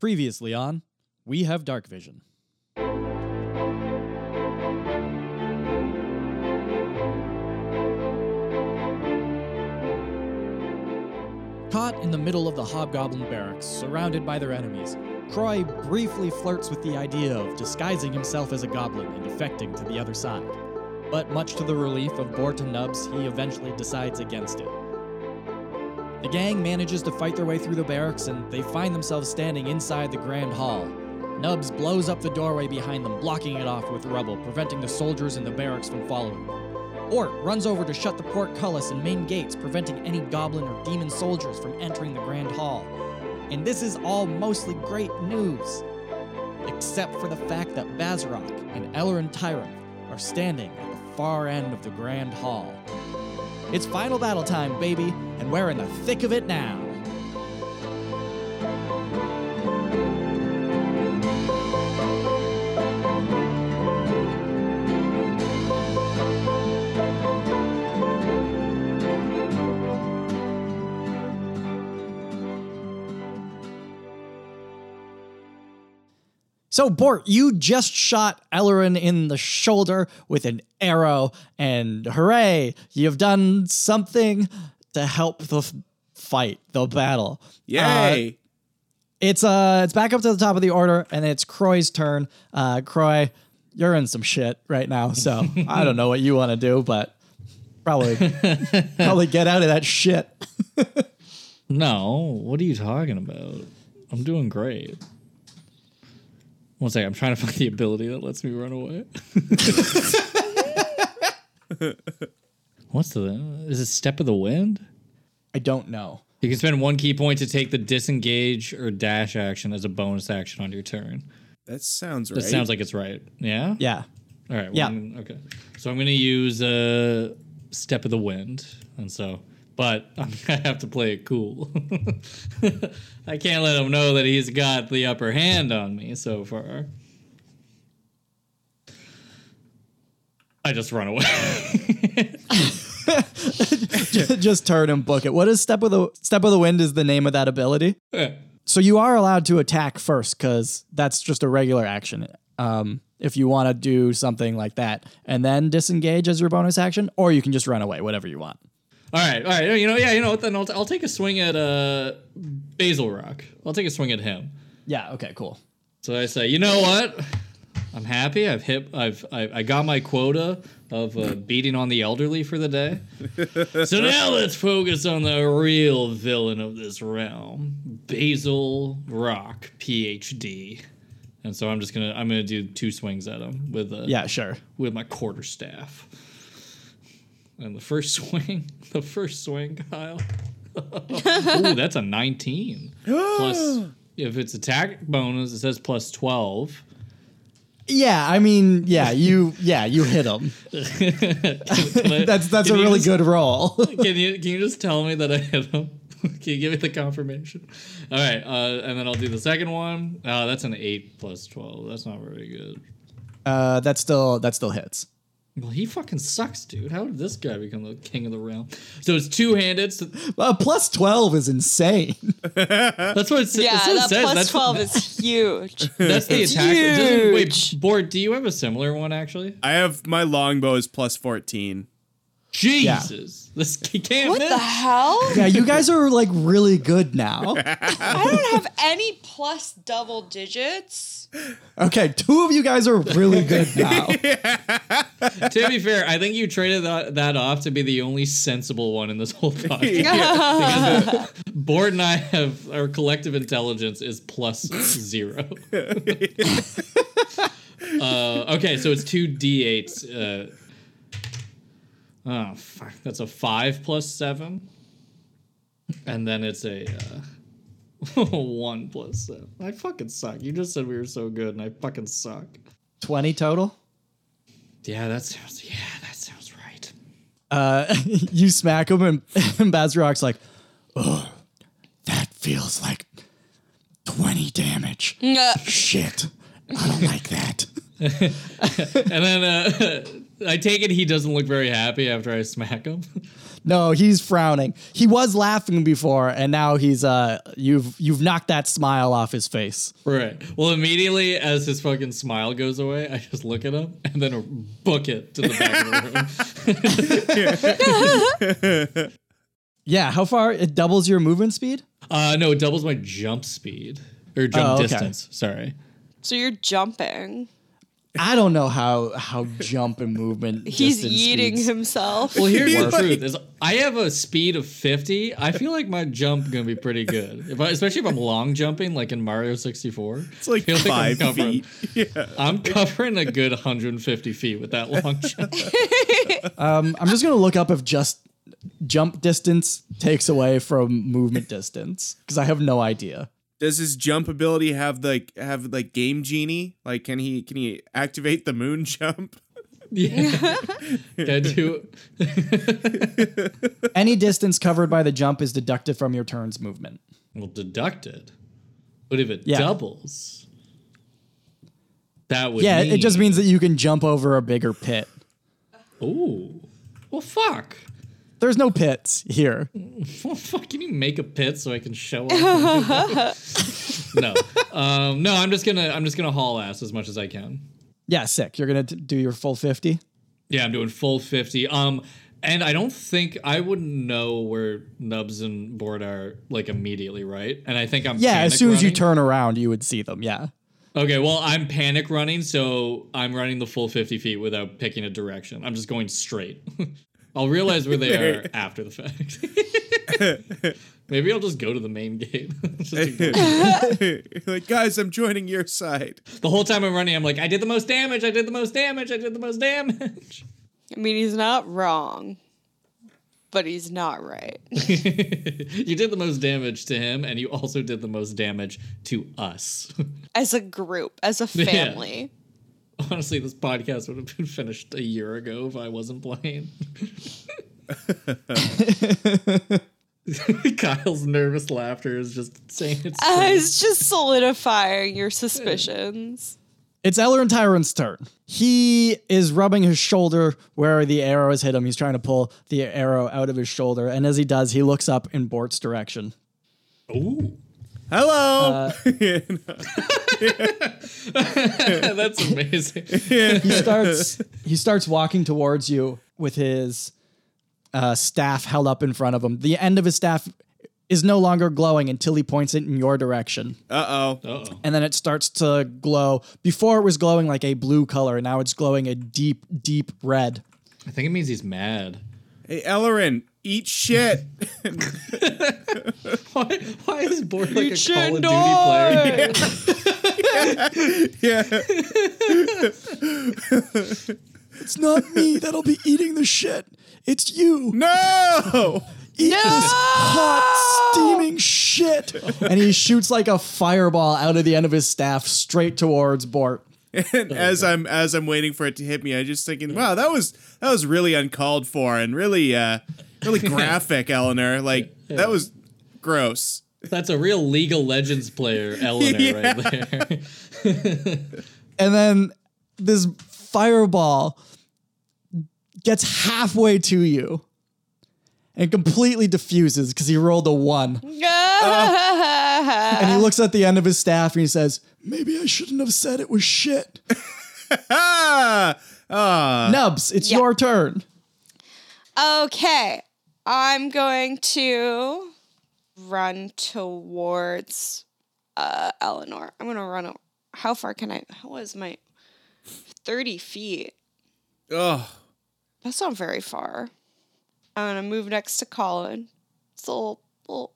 Previously on, we have dark vision. Caught in the middle of the hobgoblin barracks, surrounded by their enemies, Croy briefly flirts with the idea of disguising himself as a goblin and defecting to the other side. But much to the relief of Bort and Nubs, he eventually decides against it. The gang manages to fight their way through the barracks and they find themselves standing inside the Grand Hall. Nubs blows up the doorway behind them, blocking it off with rubble, preventing the soldiers in the barracks from following. Ort runs over to shut the portcullis and main gates, preventing any goblin or demon soldiers from entering the Grand Hall. And this is all mostly great news, except for the fact that Bazarok and Elrin Tyrant are standing at the far end of the Grand Hall. It's final battle time, baby, and we're in the thick of it now. So, Bort, you just shot Ellerin in the shoulder with an arrow, and hooray, you've done something to help the f- fight, the battle. Uh, Yay! it's uh, it's back up to the top of the order, and it's Croy's turn. Uh, Croy, you're in some shit right now, so I don't know what you want to do, but probably probably get out of that shit. No, what are you talking about? I'm doing great. One second, I'm trying to find the ability that lets me run away. What's the is it step of the wind? I don't know. You can spend one key point to take the disengage or dash action as a bonus action on your turn. that sounds right. That sounds like it's right. Yeah? Yeah, All right. Yeah. well, I'm gonna- okay. So I'm going to use uh, Step of the Wind. And so, but I'm going to have to play it cool. I can't let him know that he's got the upper hand on me so far. I just run away. just turn and book it. What is step of the step of the wind? Is the name of that ability? So you are allowed to attack first because that's just a regular action. Um, if you want to do something like that, and then disengage as your bonus action, or you can just run away, whatever you want. All right, all right. You know, yeah, you know. what, Then I'll, I'll take a swing at uh, Basil Rock. I'll take a swing at him. Yeah. Okay. Cool. So I say, you know what? I'm happy. I've hit. I've. I, I got my quota of uh, beating on the elderly for the day. so now let's focus on the real villain of this realm, Basil Rock, PhD. And so I'm just gonna. I'm gonna do two swings at him with a Yeah. Sure. with my quarter staff. And the first swing, the first swing, Kyle. Ooh, that's a 19. plus, if it's attack bonus, it says plus 12. Yeah. I mean, yeah. You. Yeah. You hit him. That's that's a really good roll. Can you can you just tell me that I hit him? can you give me the confirmation? All right, uh, and then I'll do the second one. Uh, that's an eight plus 12. That's not very good. uh, that still that still hits. Well, he fucking sucks, dude. How did this guy become the king of the realm? So it's two handed. So Uh, plus twelve is insane. That's what it, sa- Yeah, that's what it that says. plus that's, 12 is huge. That's the It's attack. It doesn't- Wait, huge. Bort, do you have a similar one actually? I have my longbow is plus fourteen. Jesus, this he can't what miss. the hell? yeah. You guys are like really good now. I don't have any plus double digits. Okay. Two of you guys are really good now. to be fair, I think you traded that, that off to be the only sensible one in this whole podcast. Because, uh, Bort and I have our collective intelligence is plus zero. uh, okay, so it's two d8s. Uh, oh fuck, that's a five plus seven, and then it's a. Uh, one plus seven. I fucking suck. You just said we were so good, and I fucking suck. Twenty total. Yeah, that sounds. Yeah, that sounds right. uh, you smack him, and, and Bazrock's like, oh, that feels like 20 damage. Nuh. Shit. I don't like that. And then uh, I take it he doesn't look very happy after I smack him. No, he's frowning. He was laughing before, and now he's uh you've you've knocked that smile off his face. Right. Well, immediately as his fucking smile goes away, I just look at him and then book it to the back of the room. Yeah, how far it doubles your movement speed? Uh, no, it doubles my jump speed or jump Oh, okay. distance. Sorry. So you're jumping. I don't know how how jump and movement. He's distance eating speeds- himself. Well, here's the Like- truth: is I have a speed of fifty. I feel like my jump gonna be pretty good, if I, especially if I'm long jumping, like in Mario sixty four. It's like five covering, feet. Yeah. I'm covering a good 150 feet with that long jump. Um, I'm just gonna look up if just jump distance takes away from movement distance because I have no idea. Does his jump ability have like have like game genie? Like can he can he activate the moon jump? Yeah, Can I do. Any distance covered by the jump is deducted from your turn's movement. Well, deducted. But if it Yeah. doubles, that would Yeah, it just mean. means that you can jump over a bigger pit. Ooh. Well, fuck. There's no pits here. Well, fuck, can you make a pit so I can show up? no, um, no, I'm just gonna I'm just gonna haul ass as much as I can. Yeah, sick. You're gonna t- do your full fifty. Yeah, I'm doing full fifty. Um, and I don't think I wouldn't know where Nubs and Board are like immediately, right? And I think I'm Yeah, as panic soon as you running. turn around, you would see them. Yeah. Okay, well, I'm panic running, so I'm running the full 50 feet without picking a direction. I'm just going straight. I'll realize where they are after the fact. Maybe I'll just go to the main gate. Just ignore- like guys, I'm joining your side. the whole time I'm running, I'm like, I did the most damage, I did the most damage, I did the most damage. I mean, he's not wrong, but he's not right. you did the most damage to him, and you also did the most damage to us. As a group, as a Yeah. family. Honestly, this podcast would have been finished a year ago if I wasn't playing. Kyle's nervous laughter is just saying it's Uh, it's just solidifying your suspicions. It's Eller and Tyron's turn. He is rubbing his shoulder where the arrow has hit him. He's trying to pull the arrow out of his shoulder. And as he does, he looks up in Bort's direction. Ooh. Hello. That's amazing. He starts he starts walking towards you with his uh, staff held up in front of him. The end of his staff is no longer glowing until he points it in your direction. Uh oh. Uh-oh. and then it starts to glow. Before it was glowing like a blue color, and now it's glowing a deep, deep red. I think it means he's mad. Hey Ellerin, eat shit. Why, why is Borg like a Call of Duty player? Chandor! yeah. It's not me that'll be eating the shit. It's you. No. Eat this hot, steaming shit. and he shoots like a fireball out of the end of his staff straight towards Bort. And as I'm as I'm waiting for it to hit me, I'm just thinking, wow, that was that was really uncalled for and really uh really graphic, Eleanor. Like that was gross. That's a real League of Legends player, Eleanor, right there. And then this fireball gets halfway to you and completely diffuses because he rolled a one. Uh, And he looks at the end of his staff and he says, Maybe I shouldn't have said it was shit. Ah. Ah. Nubs, it's Yeah. your turn. Okay, I'm going to run towards uh, Eleanor. I'm gonna run. o- How far can I? How was my thirty feet? Oh. That's not very far. I'm gonna move next to Colin. It's a little, little,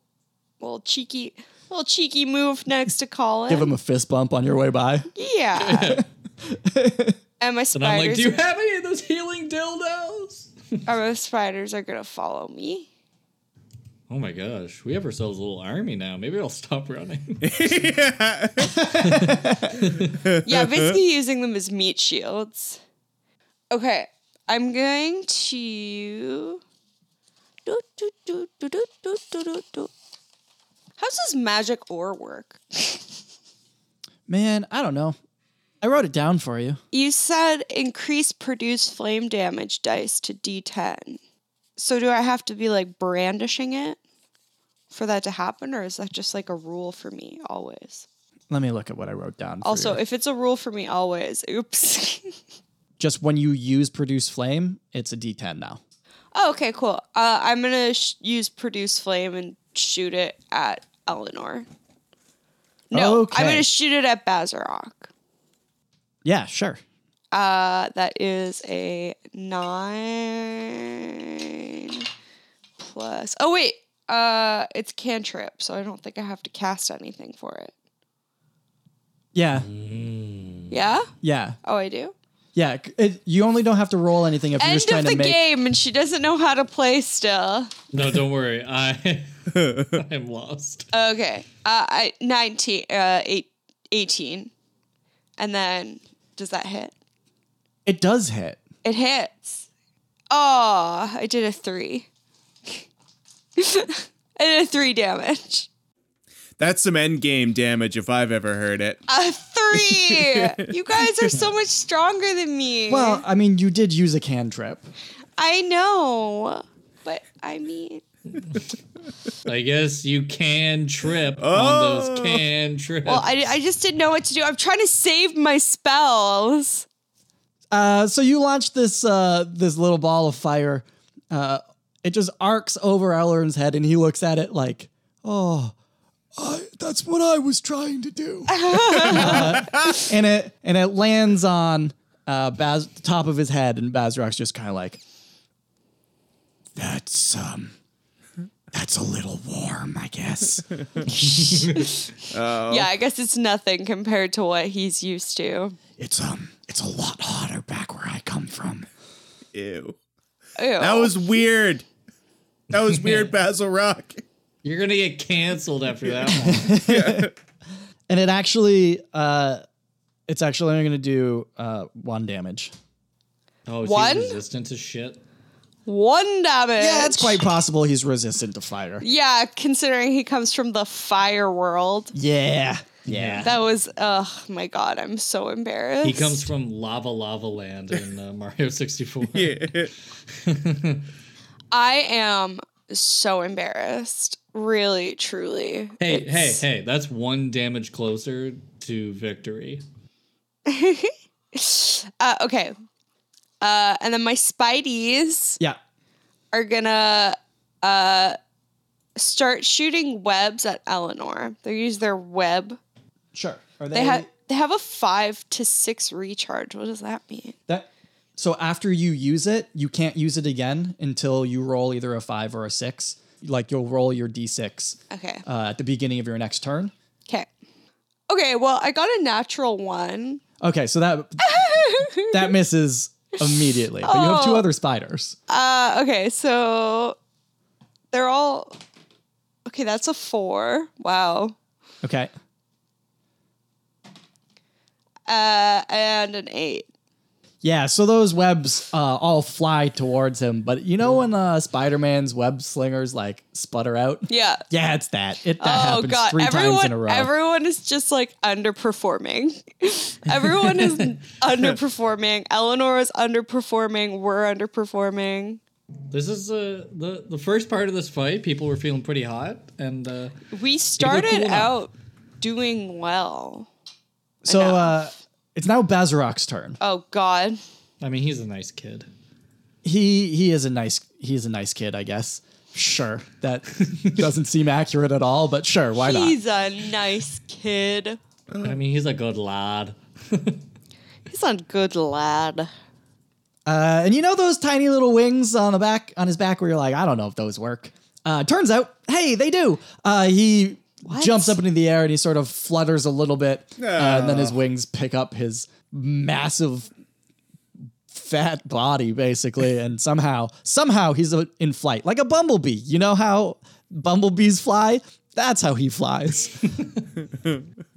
little cheeky, little cheeky move next to Colin. Give him a fist bump on your way by. yeah. And I'm and my like, spiders, do you have any of those healing dildos? are, my spiders are gonna follow me. Oh my gosh, we have ourselves a little army now. Maybe I'll stop running. yeah, Uh-huh. basically using them as meat shields. Okay, I'm going to. Do, do, do, do, do, do, do, do, do. How's this magic ore work? Man, I don't know. I wrote it down for you. You said increase produce flame damage dice to d10. So do I have to be like brandishing it for that to happen, or is that just like a rule for me always? Let me look at what I wrote down. for Also, you. if it's a rule for me always, oops. just when you use produce flame, it's a D10 now. oh, okay, cool. Uh, I'm gonna sh- use produce flame and shoot it at Eleanor. No, I'm Okay. gonna shoot it at Bazarok. Yeah, sure. Uh, that is a nine plus. Oh wait, uh, it's cantrip, so I don't think I have to cast anything for it. Yeah, Mm. Yeah. yeah, Oh, I do. yeah. c- It, you only don't have to roll anything if you're End just trying of the to make. game, and she doesn't know how to play still. No, don't worry. I I'm lost. Okay. Uh, I nineteen. Uh, eight, 18. and then does that hit? It does hit. It hits. Oh, I did a three. I did a three damage. That's some end game damage if I've ever heard it. A three. you guys are so much stronger than me. Well, I mean, you did use a cantrip. I know, but I mean, I guess you can trip on those can trips. well, I, I just didn't know what to do. I'm trying to save my spells. Uh, so you launch this uh, this little ball of fire. Uh, it just arcs over Ellern's head, and he looks at it like, "Oh, I, that's what I was trying to do." Uh, and it and it lands on uh, Baz, the top of his head, and Bazrock's just kind of like, "That's um, that's a little warm, I guess." Oh. Yeah, I guess it's nothing compared to what he's used to. it's um, it's a lot hotter back where I come from. Ew. Ew. That Oh. was weird. That was weird, Basil Rock. You're gonna get canceled after that one. and it actually uh it's actually only gonna do uh one damage Oh, is One? he resistant to shit? one damage. yeah it's quite possible he's resistant to fire Yeah, considering he comes from the fire world. yeah yeah That was, oh my god, I'm so embarrassed. He comes from Lava Lava Land in uh, Mario 64. I am so embarrassed. Really, truly. Hey, hey, hey, that's one damage closer to victory. Uh, okay. Uh, and then my spideys yeah are gonna uh, start shooting webs at Eleanor. They use their web. sure are they, They have they have a five to six recharge. What does that mean? that so after you use it you can't use it again until you roll either a five or a six like you'll roll your d6 Okay. uh, at the beginning of your next turn Okay. Okay, well, I got a natural one. okay so that that misses immediately but you have two other spiders Uh, okay, so they're all. Okay, that's a four. Wow. okay Uh, and an eight. Yeah, so those webs uh, all fly towards him, but you know when uh, Spider-Man's web slingers like sputter out? Yeah. Yeah, it's that. It that Oh happens god! three everyone, times in a row. everyone is just like underperforming. everyone is underperforming. Eleanor is underperforming. We're underperforming. This is uh, the the first part of this fight. People were feeling pretty hot, and uh, We started cool now. out doing well. so enough. uh, it's now Bazarok's turn. Oh god. I mean, he's a nice kid. He he is a nice he is a nice kid, I guess. Sure, that doesn't seem accurate at all, but sure, why not? He's a nice kid. I mean, he's a good lad. He's a good lad. Uh, and you know those tiny little wings on the back on his back where you're like, I don't know if those work. Uh, turns out, hey, they do. Uh, he jumps up into the air and he sort of flutters a little bit, uh, and then his wings pick up his massive fat body basically and somehow somehow he's uh, in flight like a bumblebee you know how bumblebees fly that's how he flies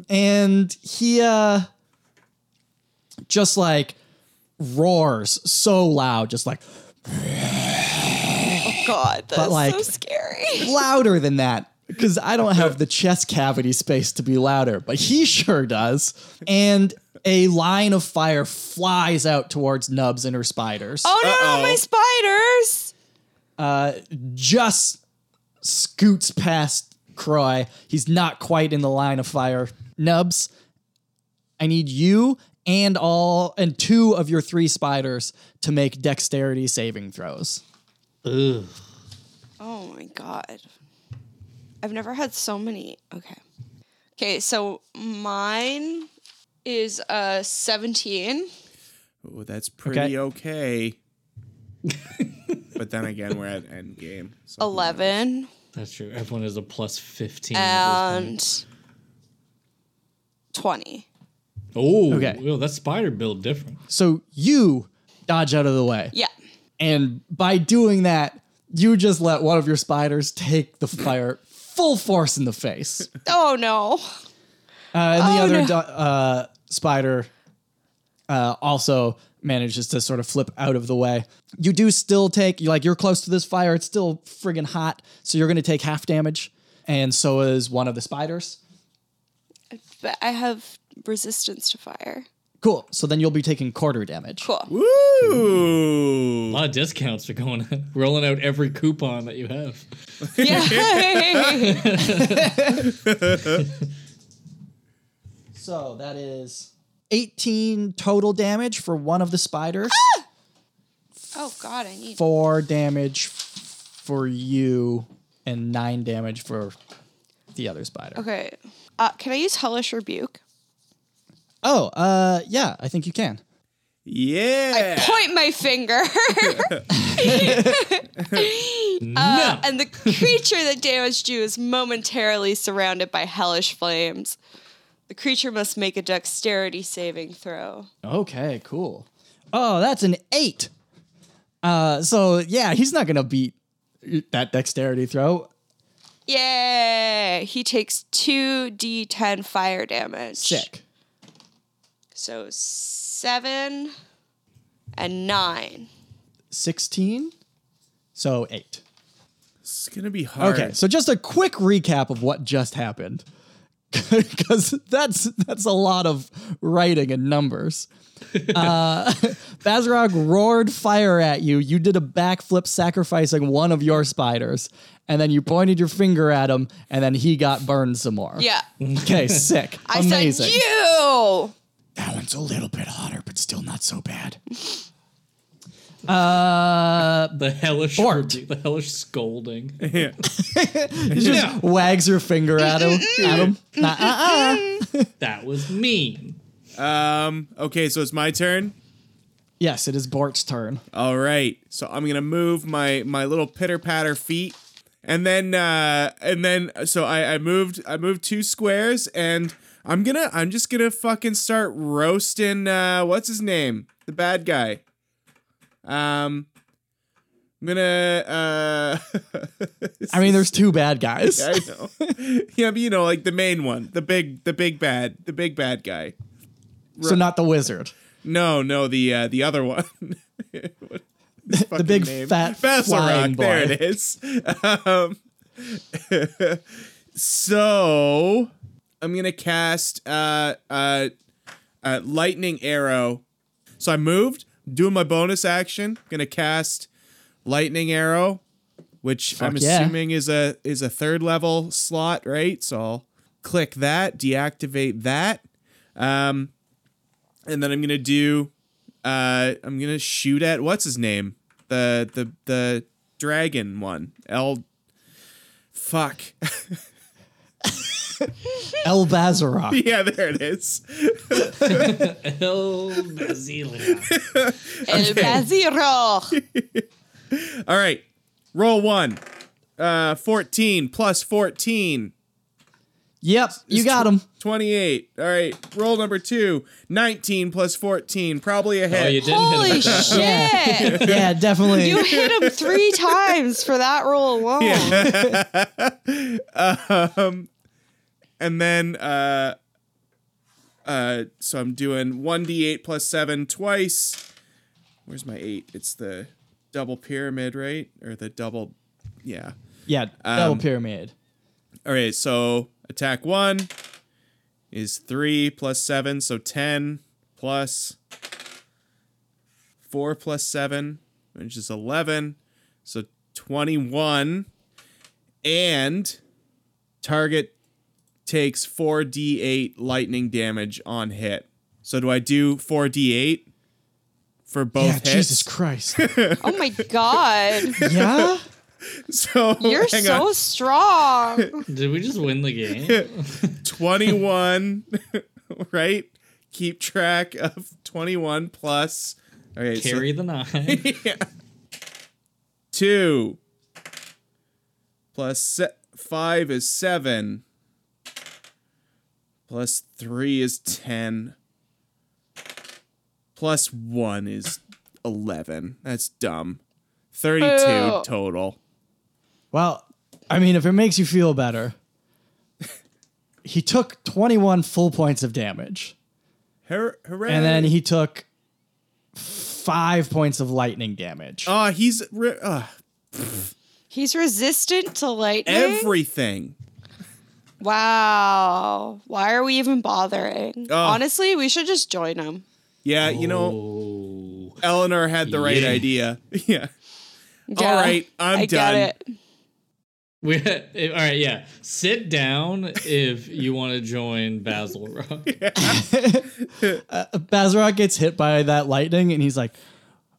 and he uh just like roars so loud just like God, that's so like- scary. louder than that because I don't have the chest cavity space to be louder, but he sure does. And a line of fire flies out towards Nubs and her spiders. Oh no, my spiders! uh, just scoots past Croy. He's not quite in the line of fire. Nubs, I need you and all and two of your three spiders to make dexterity saving throws. Ugh. Oh my god. I've never had so many. Okay. Okay, so mine is uh 17. Oh, that's pretty okay. but then again, we're at end game. So Oh. 11 That's true. Everyone is a plus 15. Uh, and 20. oh, Okay. well, that spider build different. So you dodge out of the way. Yeah. And by doing that, you just let one of your spiders take the fire full force in the face. Oh no. Uh, and the Oh, other no. do- uh, spider uh, also manages to sort of flip out of the way. You do still take, you like you're close to this fire. It's still friggin' hot, so you're gonna take half damage, and so is one of the spiders. But I have resistance to fire. Cool. So then you'll be taking quarter damage. Cool. Woo! A lot of discounts are going on, rolling out every coupon that you have. Yeah. So that is 18 total damage for one of the spiders. oh god, I need Four damage for you, and nine damage for the other spider. Okay. Uh, can I use Hellish Rebuke? Oh, uh, yeah, I think you can. Yeah. Point my finger. Uh, no. and the creature that damaged you is momentarily surrounded by hellish flames. The creature must make a dexterity saving throw. Okay, cool. Oh, that's an eight. Uh, so yeah, he's not gonna beat that dexterity throw. Yay! He takes 2d10 fire damage. Sick. So 7 and 9. Sixteen. So eight. It's gonna be hard. Okay, so just a quick recap of what just happened, because that's that's a lot of writing and numbers. Uh, Bazarog roared fire at you. You did a backflip, sacrificing one of your spiders, and then you pointed your finger at him, and then he got burned some more. Yeah. Okay, sick. I Amazing. said you! That one's a little bit hotter, but still not so bad. Uh, the hellish Bort. rebu- the hellish scolding. Yeah. he just wags your finger at him. at him. Nah, uh-uh. that was mean. Um. Okay, so it's my turn. Yes, it is Bort's turn. All right. So I'm gonna move my my little pitter patter feet, and then uh and then so I I moved I moved two squares, and I'm gonna I'm just gonna fucking start roasting. uh What's his name? The bad guy. Um. I'm gonna. Uh, I mean, there's two bad guys. I know. yeah, but you know, like the main one, the big, the big bad, the big bad guy. So not the wizard. No, no, the uh, the other one. What- his fucking big fat flying boy. There it is. Um, so I'm gonna cast uh, uh, uh, lightning arrow. So I moved, doing my bonus action. Gonna cast lightning arrow, which I'm yeah. assuming is a is a third level slot, right? So I'll click that, deactivate that, um, and then I'm gonna do. Uh, I'm gonna shoot at what's his name, the the the dragon one. El, fuck. El Bazarok. yeah, there it is. El Bazilia. El Baziro! All right, roll one. Uh, 14 plus 14. Yep, you got him. 28. All right, roll number two. 19 plus 14. Probably a hit. Oh, you didn't Holy hit him. shit! Yeah, definitely. You hit him three times for that roll alone. and then uh uh so i'm doing 1d8 plus 7 twice where's my 8 it's the double pyramid right or the double yeah yeah, double Um, pyramid. all right so attack 1 is 3 plus 7 so 10 plus 4 plus 7 which is 11 so 21 and target takes 4d8 lightning damage on hit. So do I do 4d8 for both yeah, hits? Jesus Christ. Oh my god. yeah? So You're hang so on. strong. Did we just win the game? 21, right? Keep track of 21 plus. Okay, so Carry the nine. two plus se- five is seven plus three is ten plus one is eleven that's dumb 32 Ew. total Well, I mean, if it makes you feel better, he took 21 full points of damage. Hur- hooray And then he took five points of lightning damage. oh he's re- uh, He's resistant to lightning. everything wow. Why are we even bothering? Oh. Honestly, we should just join him. yeah you know Oh. eleanor had the right Yeah. idea yeah Yeah, right, I'm I done. Get it. We, all right, yeah. Sit down if you want to join Basil Rock. Bazarok gets hit by that lightning and he's like,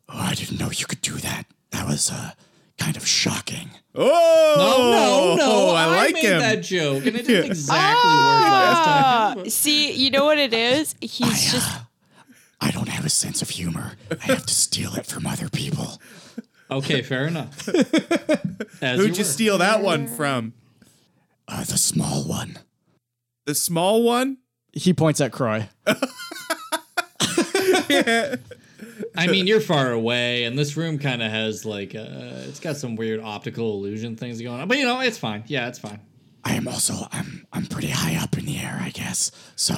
Oh, I didn't know you could do that. That was uh, kind of shocking. oh No, no, no. i, like made him that joke, and it didn't exactly work last Ah, time. see, you know what it is? He's just I don't have a sense of humor. I have to steal it from other people. Okay, fair enough. As you who'd you were. steal that one from Uh, the small one. the small one He points at Croy. I mean, you're far away, and this room kind of has like uh, it's got some weird optical illusion things going on. But you know, it's fine. Yeah, it's fine. I am also I'm I'm pretty high up in the air, I guess. So,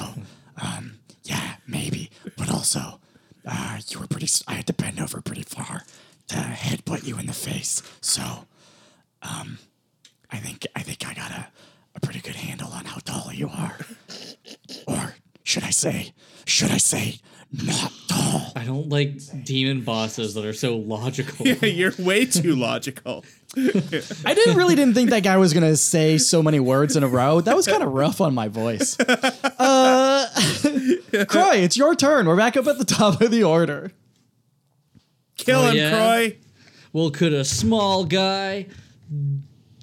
um, yeah, maybe. But also, uh, you were pretty. s- I had to bend over pretty far to headbutt you in the face. So, um, I think I think I got a, a pretty good handle on how tall you are, or should I say, should I say, not tall? I don't like demon bosses that are so logical. You're way too logical. I didn't really didn't think that guy was gonna say so many words in a row. That was kind of rough on my voice. Uh, Croy, it's your turn. We're back up at the top of the order. Kill Oh, him, yeah? Croy. Well, could a small guy,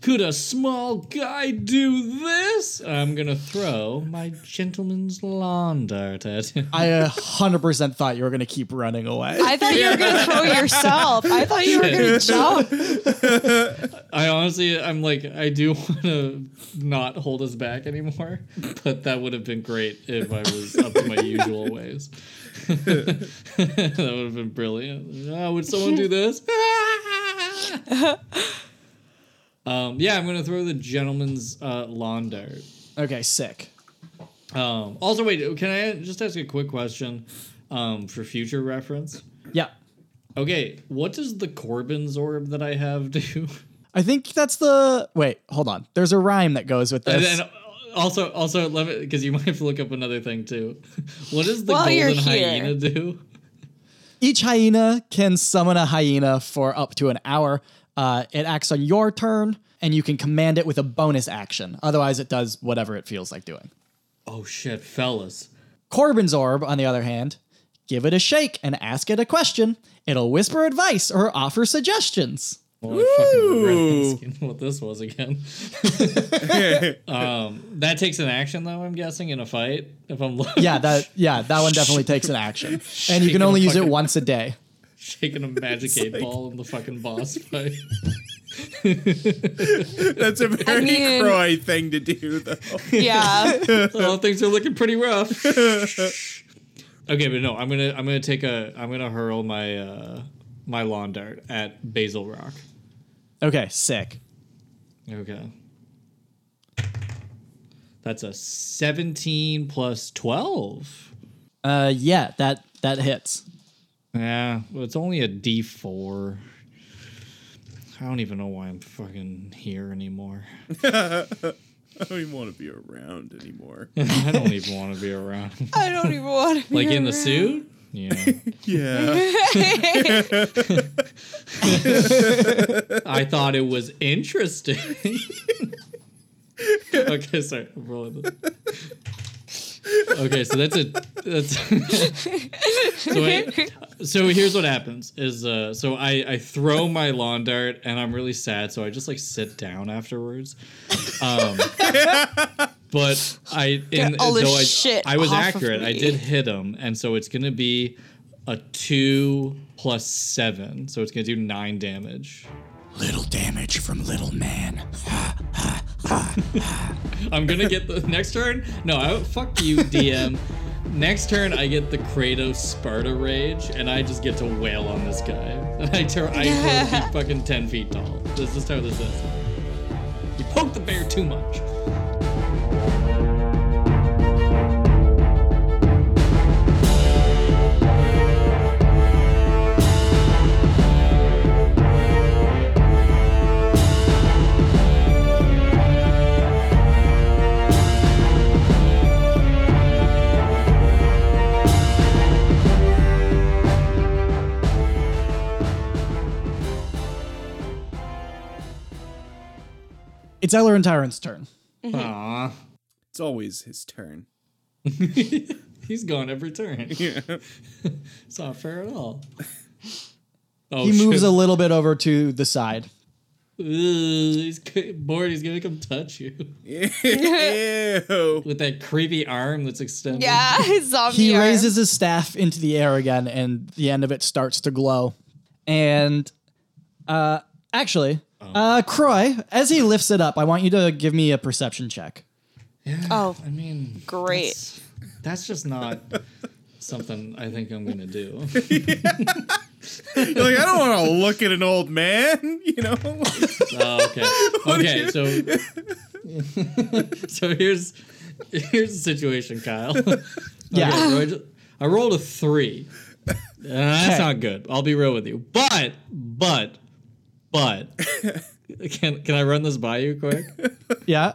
could a small guy do this? I'm gonna throw my gentleman's lawn dart at him. I uh, 100% thought you were gonna keep running away. I thought you were gonna throw yourself. I thought you were gonna jump. I honestly, I'm like, I do want to not hold us back anymore, but that would have been great if I was up to my usual ways. that would have been brilliant. Oh, would someone do this? um, yeah, I'm gonna throw the gentleman's uh, lawn dart. Okay, sick. Um, also, wait, can I just ask a quick question um, for future reference? Yeah. Okay, what does the Corbin's orb that I have do? I think that's the. Wait, hold on. There's a rhyme that goes with and this. then also, also let me because you might have to look up another thing too. What does the While you're golden here. hyena do? Each hyena can summon a hyena for up to an hour. Uh, it acts on your turn, and you can command it with a bonus action. Otherwise, it does whatever it feels like doing. Oh shit, fellas! Corbin's orb, on the other hand, give it a shake and ask it a question. It'll whisper advice or offer suggestions. Well, I fucking Woo! regret asking what this was again. um, that takes an action though. I'm guessing in a fight. If I'm looking, Yeah, that yeah, that one definitely takes an action. And you Shaking can only the use it fucking- once a day. shaking a magic eight ball in the fucking boss fight. That's a very mean- Croy thing to do, though. Yeah. oh, things are looking pretty rough. okay, but no, I'm gonna I'm gonna take a I'm gonna hurl my uh my lawn dart at Basil Rock. Okay, sick. Okay. That's a 17 plus 12. Uh yeah, that that hits. Yeah, well, it's only a D4. I don't even know why I'm fucking here anymore. I don't even want to be around anymore. I don't even want to be around. I don't even want to be like in the around. suit? Yeah. Yeah. I thought it was interesting. okay, sorry. I'm rolling this. Okay, so that's it. That's so, I, so here's what happens is uh, so I, I throw my lawn dart and I'm really sad, so I just like sit down afterwards. Um, but I and, all and this though I, shit I was off of accurate. I me. did hit him, and so it's gonna be a two plus seven, so it's gonna do nine damage. Little damage from little man. I'm gonna get the next turn. No, I, fuck you, DM. next turn, I get the Kratos Sparta Rage, and I just get to wail on this guy. And I turn, I grow to be fucking ten feet tall. This is how this is. You poke the bear too much. It's Eller and Tyron's turn. Aww. it's always his turn. He's gone every turn. it's not fair at all. Oh, He moves a shit. little bit over to the side. Ugh, he's c- bored. He's gonna come touch you Ew. with that creepy arm that's extended. Yeah, zombie. He arm. raises his staff into the air again, and the end of it starts to glow. And uh, actually, uh, Croy, as he lifts it up, I want you to give me a perception check. Oh, I mean, great. That's, that's just not something I think I'm gonna do. You're like, I don't want to look at an old man, you know? Oh, okay. Okay, so so here's here's the situation, Kyle. Okay, Yeah. so I, ju- I rolled a three. Uh, that's not good. I'll be real with you. But but but can can I run this by you quick? Yeah.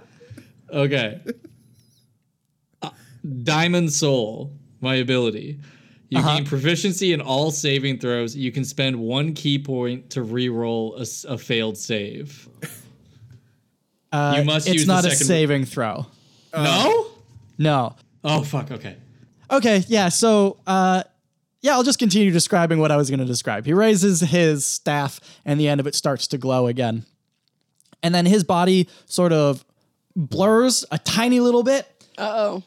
Okay. Uh, Diamond Soul, my ability. You Uh-huh. gain proficiency in all saving throws. You can spend one key point to re-roll a, s- a failed save. Uh, You must it's use the not a second- saving throw. no? No. Oh fuck. Okay. Okay, yeah. So, uh, yeah, I'll just continue describing what I was going to describe. He raises his staff, and the end of it starts to glow again. And then his body sort of blurs a tiny little bit, Uh oh.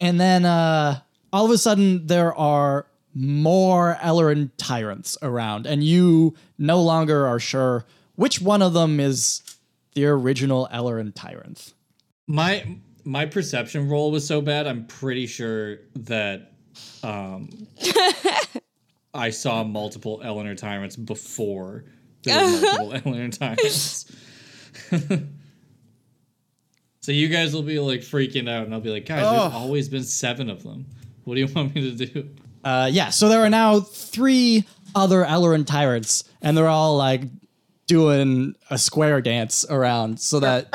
and then uh, all of a sudden there are more Ellerin tyrants around, and you no longer are sure which one of them is the original Ellerin tyrant. My my perception roll was so bad. I'm pretty sure that um I saw multiple Eleanor tyrants before there were multiple Eleanor tyrants. so you guys will be like freaking out, and I'll be like, guys, Ugh. there's always been seven of them. What do you want me to do? Uh, yeah, so there are now three other Ellerin tyrants, and they're all like doing a square dance around so that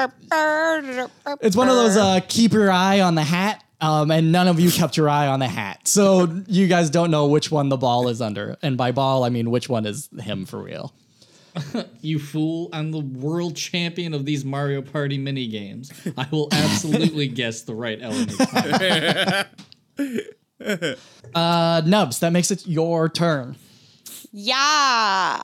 it's one of those uh, keep your eye on the hat. Um, and none of you kept your eye on the hat. So you guys don't know which one the ball is under. And by ball, I mean which one is him for real. You fool! I'm the world champion of these Mario Party mini games. I will absolutely guess the right Eleanor tyrant. Uh, Nubs, that makes it your turn. Yeah.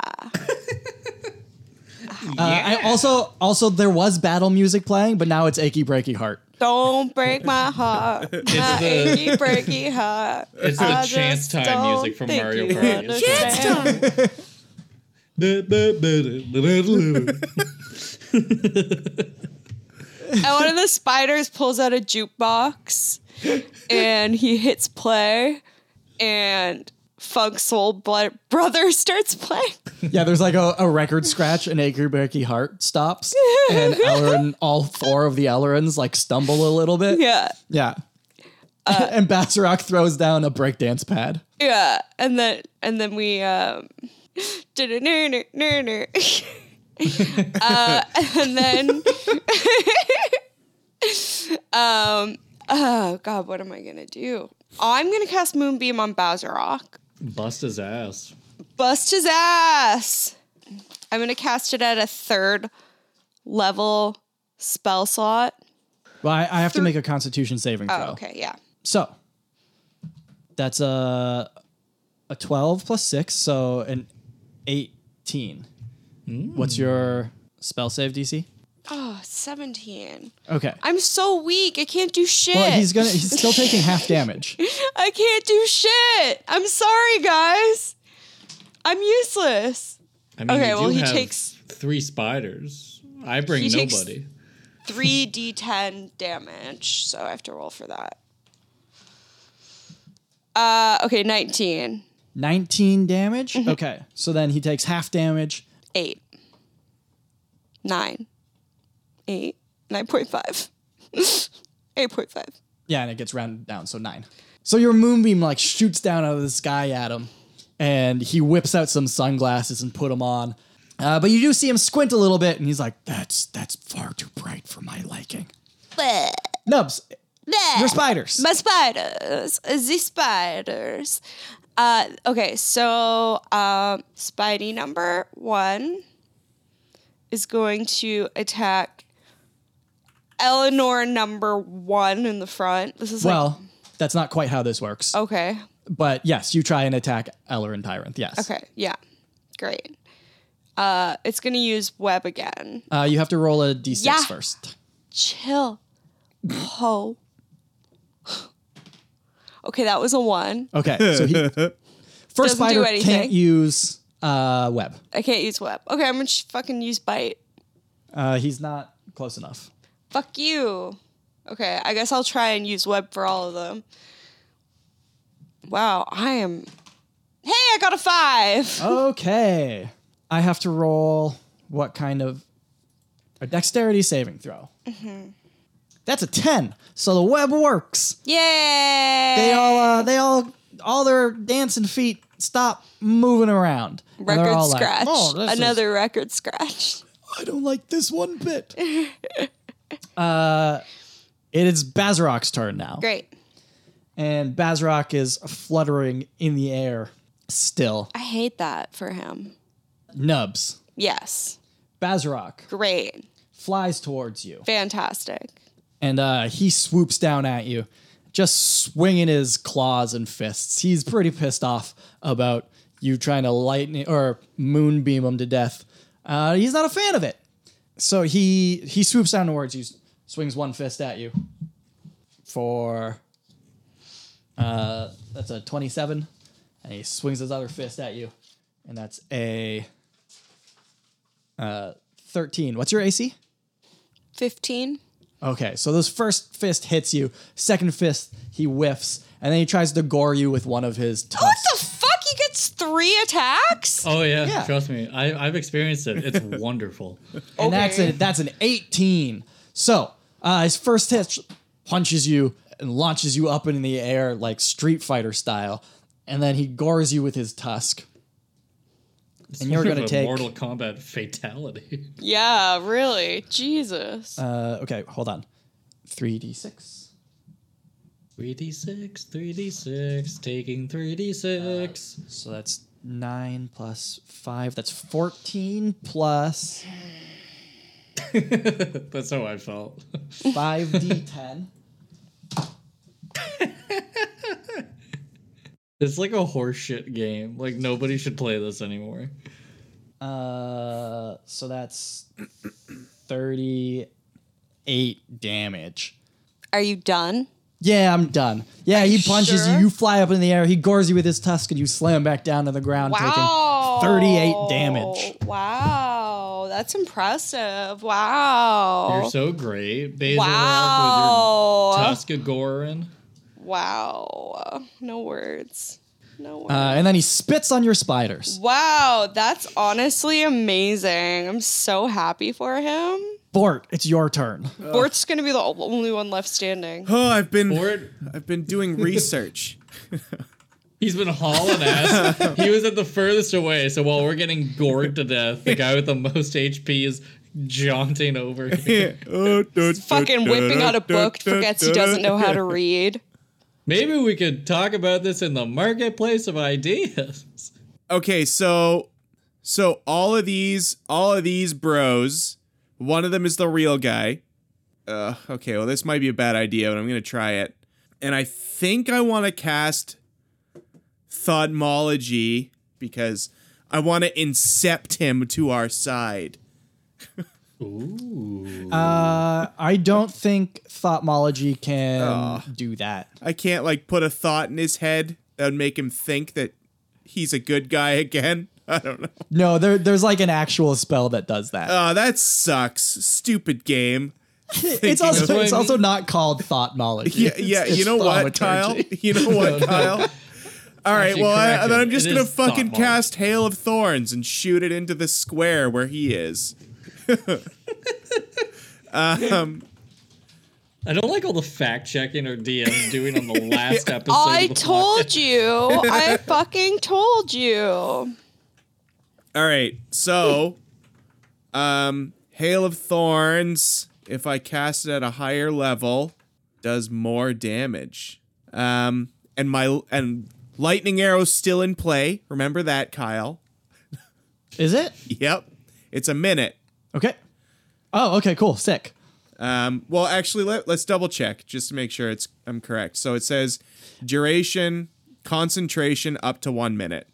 Uh, I also, also, there was battle music playing, but now it's Achy Breaky Heart. Don't break my heart. my the- achy, breaky heart. It's the I chance just time don't music from think Mario you Party. It's understand. That's And one of the spiders pulls out a jukebox and he hits play and Funk Soul Blo- Brother starts playing. Yeah, there's like a, a record scratch, and Achy Breaky Heart stops, and Ellerin, all four of the Ellerins like stumble a little bit. Yeah. Uh, Yeah. and Basarok throws down a breakdance pad. Yeah. And then and then we um uh, and then um oh god, what am I gonna do? I'm gonna cast Moonbeam on Bowserok. Bust his ass. Bust his ass. I'm gonna cast it at a third level spell slot. Well, I, I have to make a Constitution saving throw. Oh, okay, yeah. So that's a a twelve plus six, so an eighteen. What's your spell save DC? Oh, 17. Okay. I'm so weak. I can't do shit. well, he's gonna he's still taking half damage. I can't do shit. I'm sorry, guys. I'm useless. I mean, Okay, you do well, he have takes- three spiders. I bring He takes- nobody. 3d10 damage, so I have to roll for that. Uh, okay, 19. Nineteen damage. Mm-hmm. Okay, so then he takes half damage. 8. 9. 8. 9.5. 8.5. Yeah, and it gets rounded down, so nine. So your moonbeam like shoots down out of the sky at him, and he whips out some sunglasses and put them on. Uh, but you do see him squint a little bit, and he's like, "That's that's far too bright for my liking." Bleh. Nubs, Bleh. you're spiders. My spiders, the spiders. Uh, okay, so um, Spidey number one is going to attack Eleanor number one in the front. This is Well, that's not quite how this works. like okay, But yes, you try and attack Eller and Tyrant. Yes. okay, yeah, great. Uh, it's gonna use web again. Uh, you have to roll a d6 Yeah. first. Chill, ho. Okay, that was a one. Okay. So he, 1st Doesn't do spider anything. can't use uh, web. I can't use web. Okay, I'm gonna sh- fucking use bite. Uh, he's not close enough. Fuck you. Okay, I guess I'll try and use web for all of them. Wow, I am. Hey, I got a five. Okay. I have to roll what kind of a dexterity saving throw. Mm-hmm. That's a 10. So the web works. Yay! They all uh, they all all their dancing feet stop moving around. And they're record all like, scratch. "Oh, this is- Another record scratch. I don't like this one bit. uh, it is Bazarok's turn now. Great. And Bazarok is fluttering in the air still. I hate that for him. Nubs. Yes. Bazarok Great. flies towards you Fantastic. and uh, he swoops down at you, just swinging his claws and fists. He's pretty pissed off about you trying to lightning or moonbeam him to death. Uh, he's not a fan of it. So he he swoops down towards you, swings one fist at you for uh, that's a twenty-seven, and he swings his other fist at you, and that's a uh, thirteen. What's your AC? 15. Okay, so this first fist hits you, second fist he whiffs, and then he tries to gore you with one of his What tusks. the fuck? He gets three attacks? Oh yeah, Yeah. trust me. I, I've experienced it. It's wonderful. and that's Okay. a, that's an 18. So uh, his first hit punches you and launches you up in the air like Street Fighter style, and then he gores you with his tusk. It's And you're sort of gonna a take- Mortal Kombat fatality. Yeah, really. Jesus. Uh, okay, hold on, three d six. 3d6, 3d6, taking 3d6. So that's nine plus five. That's fourteen plus That's how I felt. five d ten. It's like a horseshit game. Like nobody should play this anymore. Uh, so that's 38 damage. Are you done? Yeah, I'm done. Yeah, he punches sure? you, you fly up in the air, he gores you with his tusk, and you slam back down to the ground, Wow. taking 38 damage. Wow. That's impressive. Wow. You're so great. Basil Rock wow. with your Tuscagorin. Wow. No words. No words. Uh, and then he spits on your spiders. wow. That's honestly amazing. I'm so happy for him. Bort, it's your turn. Bort's going to be the only one left standing. Oh, I've been Bort, I've been doing research. he's been hauling ass. he was at the furthest away, so while we're getting gored to death, the guy with the most HP is jaunting over here. Oh, Fucking Fucking whipping out a book, forgets he doesn't know how to read. Maybe we could talk about this in the marketplace of ideas. Okay, so so all of these all of these bros, one of them is the real guy. Uh, okay, well this might be a bad idea, but I'm gonna try it. And I think I want to cast Thudmology because I want to incept him to our side. Uh, I don't think thoughtmology can do that. I can't like put a thought in his head that would make him think that he's a good guy again. I don't know. No, there, there's like an actual spell that does that. Oh, that sucks. Stupid game. it's also That's what I it's also mean. not called thoughtmology. Yeah, It's- yeah. it's You know what, Kyle? thaumaturgy. You know what, Kyle? All right. Actually Well, I, corrected. then I'm just It gonna is fucking thought-wise. cast hail of thorns and shoot it into the square where he is. I don't like all the fact checking or DMs doing on the last episode. I of the told you. I fucking told you. All right. So, um, hail of thorns. If I cast it at a higher level, does more damage. Um, and my and lightning arrow's still in play. Remember that, Kyle. Is it? Yep. It's a minute. Okay. Oh, okay, cool. Sick. Um, well, actually, let, let's double check just to make sure it's I'm correct. So it says duration, concentration up to one minute.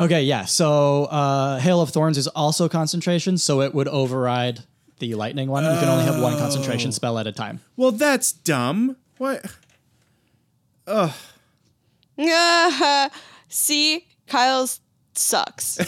Okay, yeah. So uh Hail of Thorns is also concentration, so it would override the lightning one. You can only have one concentration spell at a time. Well, that's dumb. What? See, Kyle's sucks.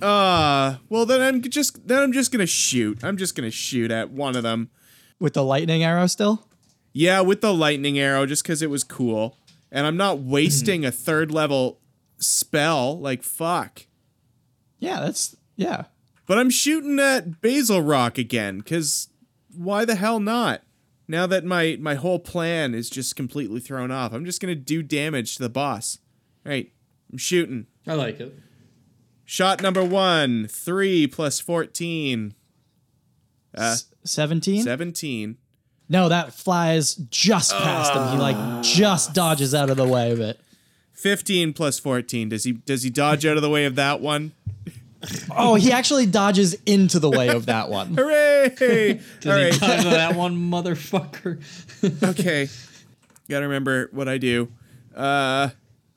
Well, then I'm just then I'm just gonna shoot. I'm just gonna shoot at one of them. With the lightning arrow still? Yeah, with the lightning arrow, just because it was cool, and I'm not wasting a third level spell. Like fuck. Yeah, that's yeah. But I'm shooting at Basil Rock again, because why the hell not? Now that my, my whole plan is just completely thrown off, I'm just going to do damage to the boss. All right, I'm shooting. I like it. Shot number one, 3 plus 14, Uh, Seventeen? 17. No, that flies just past him. He like just dodges out of the way of it. 15 plus 14. Does he does he dodge out of the way of that one? Oh, he actually dodges into the way of that one. Hooray! All Did he right. talk to that one motherfucker? Okay. Got to remember what I do. Uh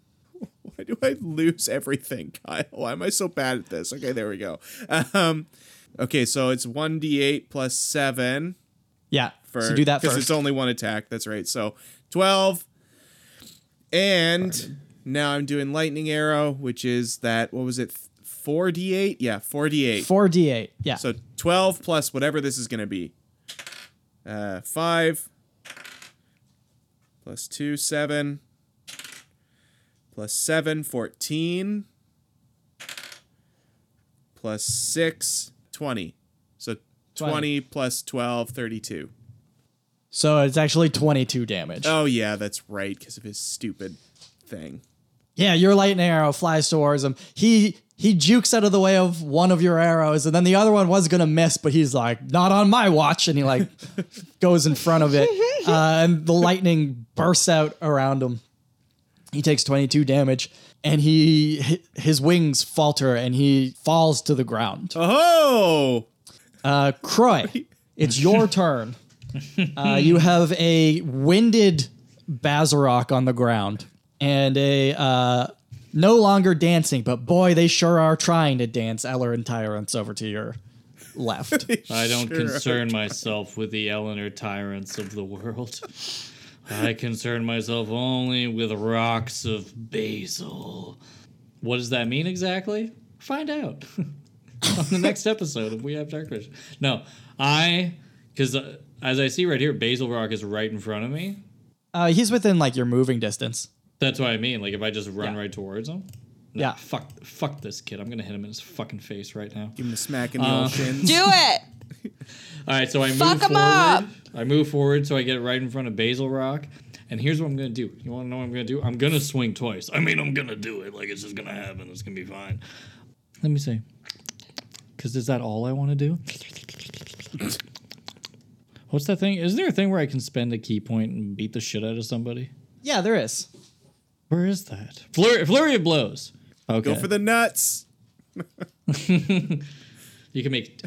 why do I lose everything, Kyle? Why am I so bad at this? Okay, there we go. Um okay, so it's 1d8 plus 7 Yeah. for so do that because first. it's only one attack. That's right. So 12 and now I'm doing lightning arrow, which is that what was it? 4d8? Yeah, 4d8. Four D eight. Yeah. So 12 plus whatever this is going to be. Uh, 5 plus 2, 7 plus 7, 14 plus 6, 20. So 20, 20. plus 12, 32. So it's actually 22 damage. Oh, yeah, that's right because of his stupid thing. Yeah, your lightning arrow flies towards him. He he jukes out of the way of one of your arrows, and then the other one was gonna miss, but he's like, "Not on my watch!" And he like goes in front of it, uh, and the lightning bursts out around him. He takes 22 damage, and he hi- his wings falter, and he falls to the ground. Oh! Uh, Croy, it's your turn. Uh, you have a winded Bazarok on the ground and a uh, no longer dancing, but boy, they sure are trying to dance. Eller and Tyrants over to your left. I don't Sure. concern myself with the Eleanor tyrants of the world. I concern myself only with rocks of basil. What does that mean exactly? Find out on the next episode of We Have Dark Vision. No, I, because uh, as I see right here, basil rock is right in front of me. Uh, he's within like your moving distance. That's what I mean. Like if I just run right towards him. Ah, Yeah. Fuck, fuck this kid. I'm gonna hit him in his fucking face right now. Give him the smack in the old shins. Do it. All right, so I move Fuck 'em forward. up. I move forward so I get right in front of Basil Rock, And here's what I'm gonna do. You wanna know what I'm gonna do? I'm gonna swing twice. I mean, I'm gonna do it. Like it's just gonna happen. It's gonna be fine. Let me see. Cause is that all I wanna do? What's that thing? Is there a thing where I can spend a key point and beat the shit out of somebody? Yeah, there is. Where is that? Flurry, flurry of blows. Okay. Go for the nuts. you can make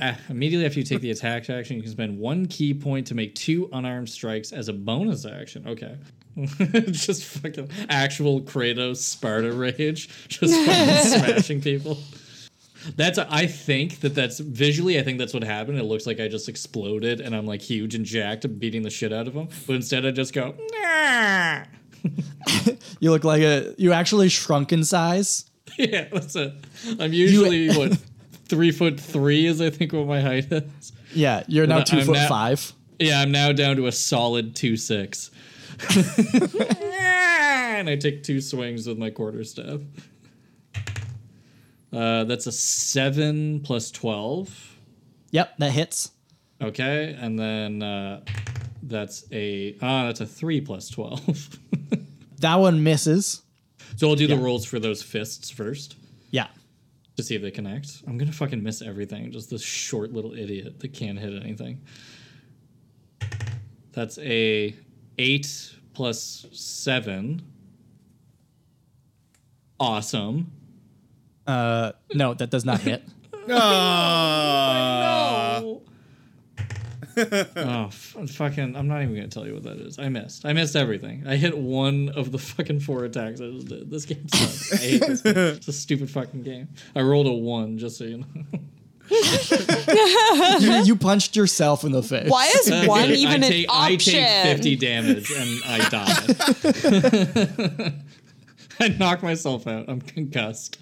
uh, immediately after you take the attack action, you can spend one key point to make two unarmed strikes as a bonus action. Okay. just fucking actual Kratos Sparta rage, just fucking smashing people. That's I think that that's visually I think that's what happened. It looks like I just exploded and I'm like huge and jacked, beating the shit out of them. But instead I just go. "Nah." You look like a you actually shrunk in size. Yeah, that's it. I'm usually what three foot three is I think what my height is. Yeah, you're now Well, 2 I'm foot now- five. Yeah, I'm now down to a solid two six. and I take two swings with my quarter staff. Uh, that's a seven plus twelve. Yep, that hits. Okay, and then uh, that's a ah, that's a three plus twelve. That one misses. so I'll do the rolls for those fists first. Yeah. to see if they connect. I'm gonna fucking miss everything. Just this short little idiot that can't hit anything. That's a eight plus seven. Awesome. Uh, no, that does not hit. oh, f- fucking! I'm not even gonna tell you what that is. I missed. I missed everything. I hit one of the fucking four attacks I just did. This game sucks. I hate this game. It's a stupid fucking game. I rolled a one, just so you know. you, you punched yourself in the face. Why is one Uh, I even an take- option? I take 50 damage and I die. I knock myself out. I'm concussed.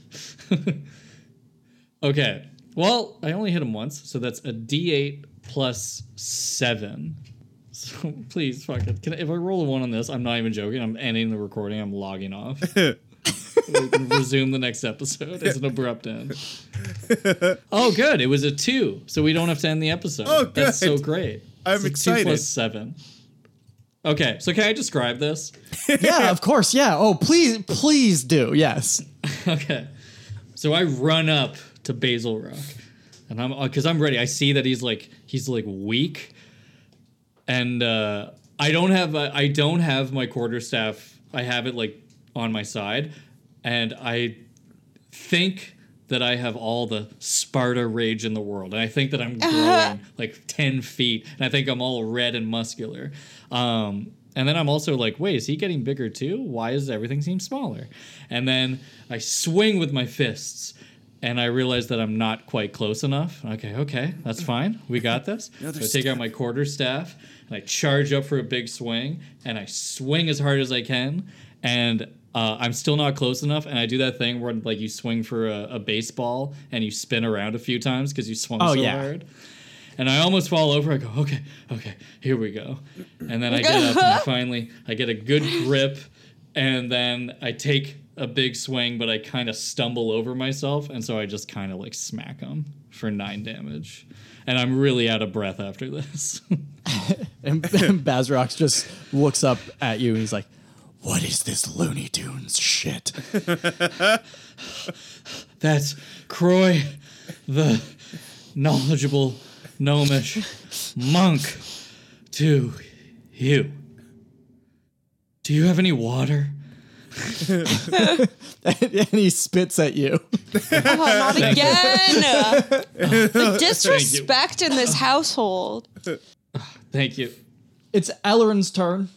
okay. Well, I only hit him once, so that's a D8 plus seven. So please, fuck it. Can I, if I roll a one on this, I'm not even joking. I'm ending the recording. I'm logging off. we can resume the next episode. It's an abrupt end. Oh, good. It was a two, so we don't have to end the episode. Oh, That's so good. great. I'm It's a excited. Two plus seven. Okay, so can I describe this? Yeah, of course. Yeah. Oh, please, please do. Yes. Okay. So I run up to Basil Rock, and I'm because I'm ready. I see that he's like he's like weak, and uh, I don't have I I don't have my quarterstaff. I have it like on my side, and I think that I have all the Sparta rage in the world, and I think that I'm growing like ten feet, and I think I'm all red and muscular. Um, and then I'm also like, wait, is he getting bigger too? Why does everything seem smaller? And then I swing with my fists, and I realize that I'm not quite close enough. Okay, okay, that's fine. We got this. so I take out my quarter staff, and I charge up for a big swing, and I swing as hard as I can, and uh, I'm still not close enough, and I do that thing where like you swing for a, a baseball and you spin around a few times because you swung Oh, so yeah. hard. And I almost fall over. I go, okay, okay, here we go. And then I get up and I finally I get a good grip, and then I take a big swing, but I kind of stumble over myself, and so I just kind of like smack him for nine damage, and I'm really out of breath after this. And, and Bazrox just looks up at you and he's like, "What is this Looney Tunes shit?" That's Croy, the knowledgeable gnomish monk to you. Do you have any water? and he spits at you. Oh, not again. the disrespect in this household. Thank you. It's Elrin's turn.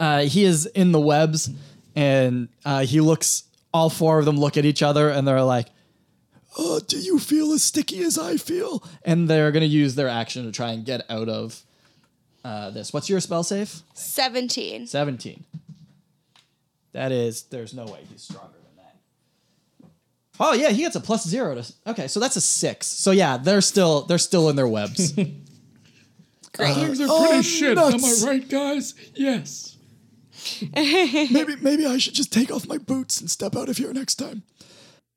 Uh, he is in the webs, and uh, he looks. All four of them look at each other, and they're like, oh, "Do you feel as sticky as I feel?" And they're gonna use their action to try and get out of uh, this. What's your spell save? 17. 17. That is, there's no way he's stronger than that. Oh yeah, he gets a plus zero to. Okay, so that's a six. So yeah, they're still they're still in their webs. Things are pretty oh, nuts. right, guys? Yes. maybe maybe I should just take off my boots and step out of here next time.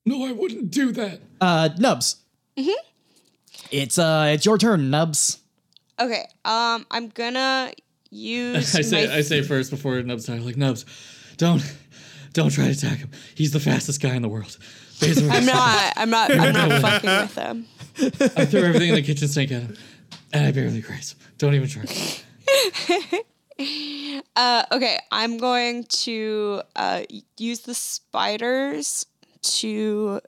No, I wouldn't do that. Uh, Nubs. Mm-hmm. It's uh, it's your turn, Nubs. Okay. Um, I'm gonna use I say my I say first before Nubs starts like Nubs, don't don't try to attack him. He's the fastest guy in the world. Basil, I'm not. I'm not. I'm not fucking with them. I threw everything in the kitchen sink at him, and I barely grazed. him. Don't even try. Uh, okay, I'm going to uh, use the spiders to.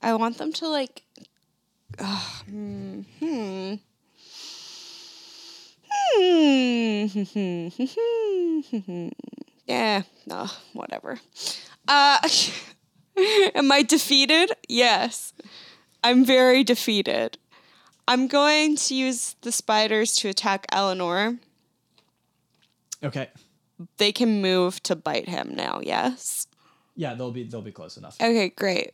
I want them to like. ah, hmm, hmm. Hmm. yeah. No. Whatever. Uh, am I defeated? Yes. I'm very defeated. I'm going to use the spiders to attack Eleanor Okay. they can move to bite him now, yes? Yeah, they'll be they'll be close enough. Okay, great.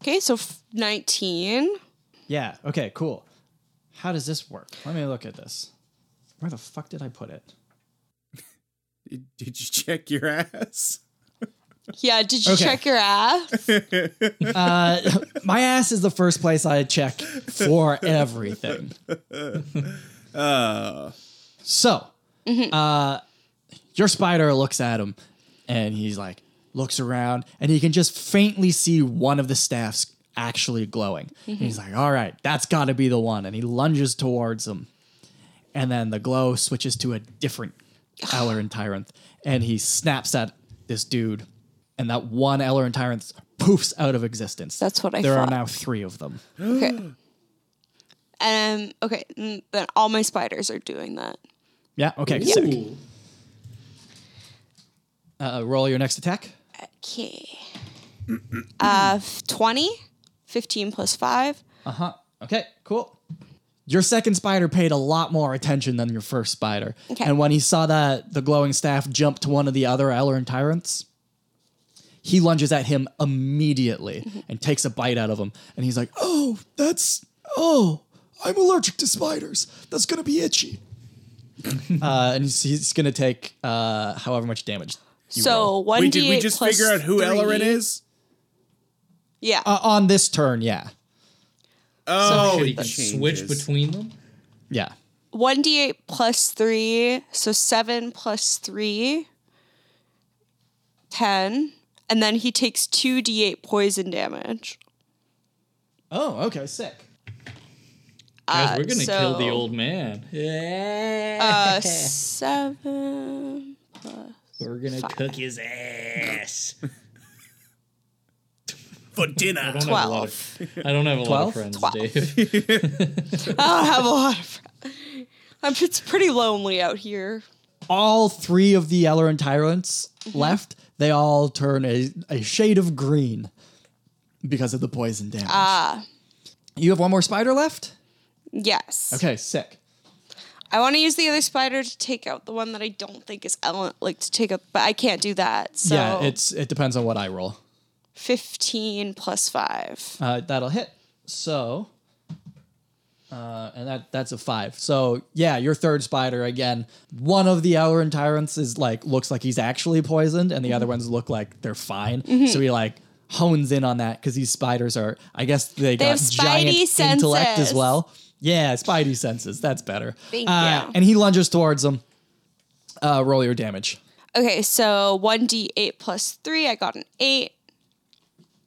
Okay, so f- 19. Yeah. Okay. Cool. How does this work? Let me look at this. Where the fuck did I put it? Did you check your ass? Yeah, did you Okay. check your ass? Uh, my ass is the first place I check for everything. So, Mm-hmm. uh, your spider looks at him, and he's like, looks around, and he can just faintly see one of the staffs actually glowing. Mm-hmm. And He's like, all right, that's got to be the one, and he lunges towards him, and then the glow switches to a different Eller and Tyrant, and he snaps at this dude, and that one Eller and Tyrant poofs out of existence. That's what I there thought. are now three of them. Okay. Um, okay, mm, then all my spiders are doing that. Yeah. Okay. Sick. Ooh. Uh, roll your next attack. Okay. Uh, f- 20, 15 plus 5. Okay, cool. Your second spider paid a lot more attention than your first spider. Okay. And when he saw that the glowing staff jump to one of the other Eller and Tyrants, he lunges at him immediately and takes a bite out of him. And he's like, Oh, that's, oh, I'm allergic to spiders. That's going to be itchy. uh, and he's, he's going to take uh, however much damage. you roll. So one Wait, d8 did we just plus figure out who three. Ellerin is? Yeah. Uh, on this turn, yeah. Oh, Shit, he it can switch changes. between them. Yeah. 1d8 plus 3, so 7 plus 3, 10. And then he takes 2d8 poison damage. Oh, okay, sick. Guys, we're gonna kill the so- old man. Yeah. Uh, 7. we're gonna cook his ass. For dinner. I don't have a lot of- I don't have a lot of Twelve? friends, Twelve. Dave. I don't have a lot of. I'm, it's pretty lonely out here. all three of the Eller and Tyrants Mm-hmm. left, they all turn a, a shade of green because of the poison damage. Ah, you have one more spider left? yes. Okay, sick. I want to use the other spider to take out the one that I don't think is Ellen, like to take out, but I can't do that. So yeah, it's it depends on what I roll. 15 plus 5. Uh, that'll hit. So uh, and that that's a five. So yeah, your third spider again. One of the Eller and Tyrants is like looks like he's actually poisoned, and the other ones look like they're fine. Mm-hmm. So he like hones in on that because these spiders are. I guess they, got have giant spidey intellect as senses. well. Yeah, spidey senses. That's better. Thank Uh, you. And he lunges towards them. Uh, roll your damage. Okay, so 1d8 plus 3, I got an 8.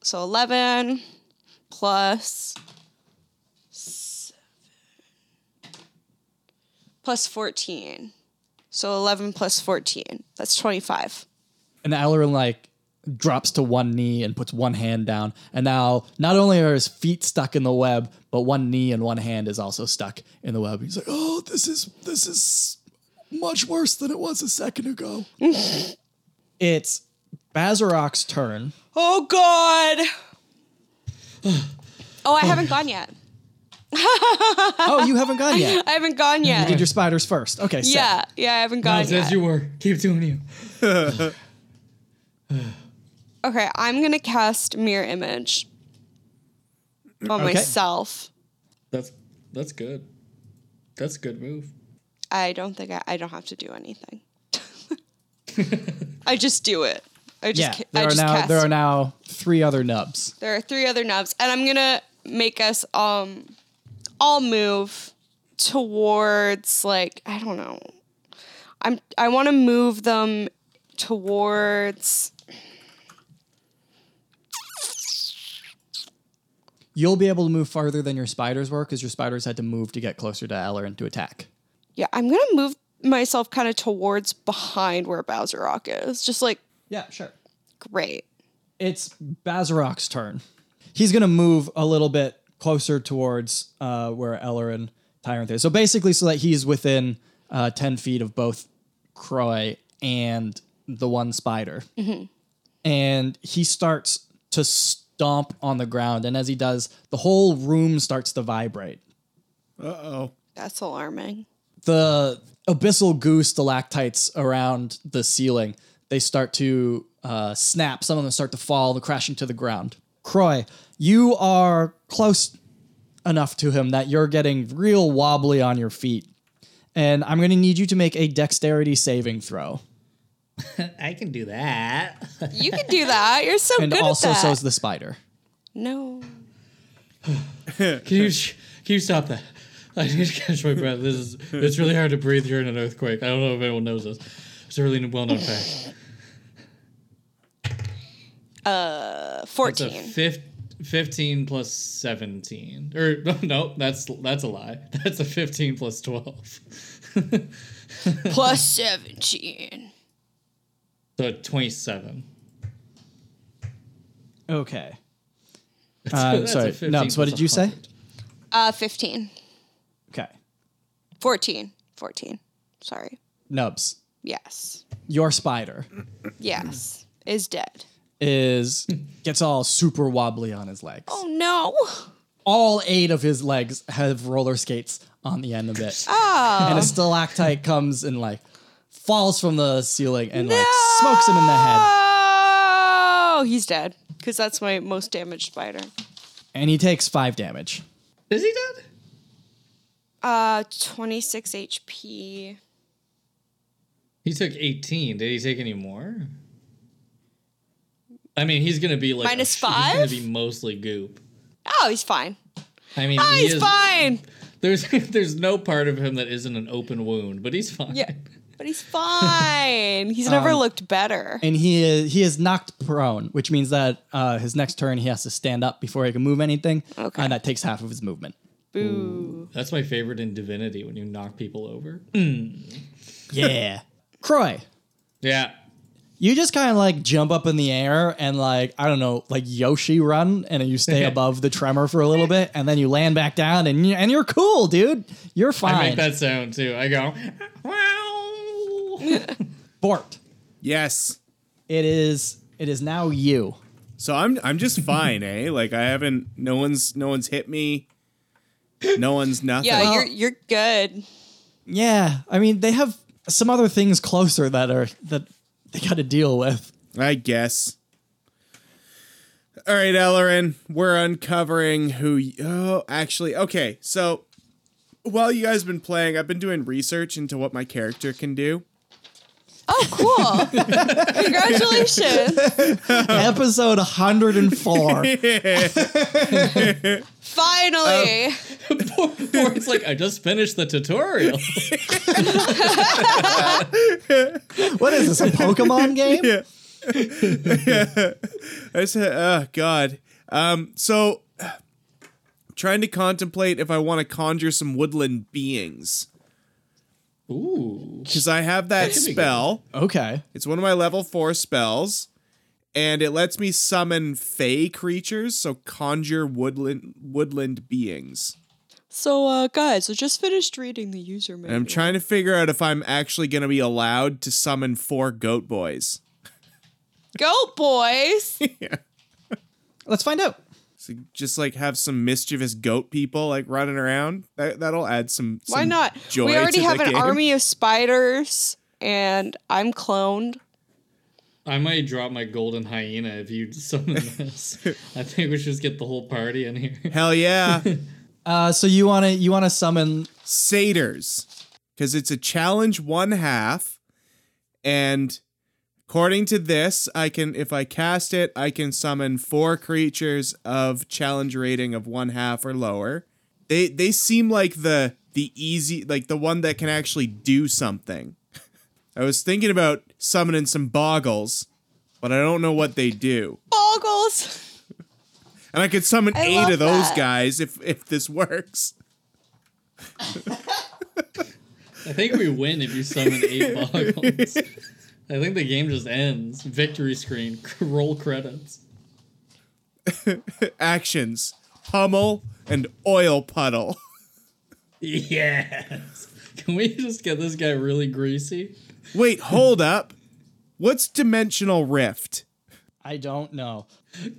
So 11 plus 7 plus 14. So 11 plus 14. That's 25. And Alarin like drops to one knee and puts one hand down. And now not only are his feet stuck in the web, but one knee and one hand is also stuck in the web. He's like, "Oh, this is this is much worse than it was a second ago." it's Bazarok's turn. Oh god. oh, I haven't gone yet. Oh, you haven't gone yet. I haven't gone yet. Did your spiders first? Okay, sick. yeah, yeah, I haven't gone Nubs, as yet. you were, keep doing you. okay, I'm going to cast mirror image on myself. That's that's good. That's a good move. I don't think I, I don't have to do anything. I just do it. I Yeah, just ca- there I are just now cast. there There are are, now three other nubs. three other nubs, and I'm gonna make us um all move towards like I don't know. I'm I want to move them towards You'll be able to move farther than your spiders were because your spiders had to move to get closer to Ellerin to attack. yeah, I'm going to move myself kind of towards behind where Bowser Rock is. Just like Yeah, sure. great. It's Bazarok's turn. He's going to move a little bit closer towards uh, where Ellerin Tyrant is. So basically, so that he's within uh, 10 feet of both Croy and the one spider. And he starts to stomp on the ground. And as he does, the whole room starts to vibrate. Uh-oh. That's alarming. the abyssal goo stalactites around the ceiling they start to uh, snap some of them start to fall and crashing to the ground croy you are close enough to him that you're getting real wobbly on your feet and i'm going to need you to make a dexterity saving throw I can do that. You can do that. You're so and good also at that. so's the spider no. Can you sh- can you stop that? I need to catch my breath. This is it's really hard to breathe during an earthquake. I don't know if anyone knows this. It's a really well known fact. Uh, It's a 14. fif- 15 plus 17. Or no, that's that's a lie. That's a 15 plus 12. Plus 17. So 27. okay uh, That's a sorry 15 no so what plus did you say 100. Uh 15. okay 14. 14. Sorry. nubs Yes. your spider Yes. Is dead. is gets all super wobbly on his legs Oh no. all eight of his legs have roller skates on the end of it. Oh. And a stalactite comes and like falls from the ceiling and like smokes him in the head. Oh, he's dead. Because that's my most damaged spider. And he takes five damage. Is he dead? Uh, 26 HP. He took 18. Did he take any more? I mean, he's going to be like a Minus sh- He's going five? to be mostly goop. Oh, he's fine. I mean, Oh, he he's is fine. There's there's no part of him that isn't an open wound, but he's fine. Yeah. But he's fine. Um, He's never looked better. And he is he is knocked prone, which means that uh, his next turn he has to stand up before he can move anything. Okay. And that takes half of his movement. Boo. That's my favorite in Divinity when you knock people over. Yeah. Croy, Yeah. you just kind of like jump up in the air and like, I don't know, like Yoshi run and you stay above the tremor for a little bit and then you land back down and, you, and you're cool, dude. You're fine. I make that sound too. I go, wow. Bort. Yes. It is. It is now you. So I'm I'm just fine, eh? Like I haven't no one's no one's hit me. No one's nothing. Yeah, you're you're good. Yeah, I mean they have some other things closer that are that they got to deal with. I guess. All right, Ellerin, we're uncovering who. y- Oh, actually, okay. So while you guys have been playing, I've been doing research into what my character can do. Oh, cool. Congratulations. Episode 104. Finally. Um, Poor- poor- It's like, I just finished the tutorial. what is this? A Pokemon game? I said, oh, God. Um, so trying to contemplate if I want to conjure some woodland beings Ooh. because I have that, could be good. spell. Okay. It's one of my level four spells, and it lets me summon fey creatures, so conjure woodland woodland beings. So, uh, guys, I just finished reading the user manual. And I'm trying to figure out if I'm actually going to be allowed to summon four goat boys. Go, boys! Let's find out. So just like have some mischievous goat people like running around. That, that'll add some. Why some not? Joy We to already the have an game. army of spiders, and I'm cloned. I might drop my golden hyena if you summon this. I think we should just get the whole party in here. Hell yeah, Uh, so you want to you want to summon? satyrs, because it's a challenge one half, and according to this, I can if I cast it, I can summon four creatures of challenge rating of one half or lower. They they seem like the the easy like the one that can actually do something. I was thinking about summoning some boggles, but I don't know what they do. Boggles. And I could summon I eight of love those that. guys if if this works. I think we win if you summon eight boggles. I think the game just ends. Victory screen. Roll credits. Actions: Hummel and oil puddle. Yes. Can we just get this guy really greasy? Wait, hold up. What's dimensional rift? I don't know.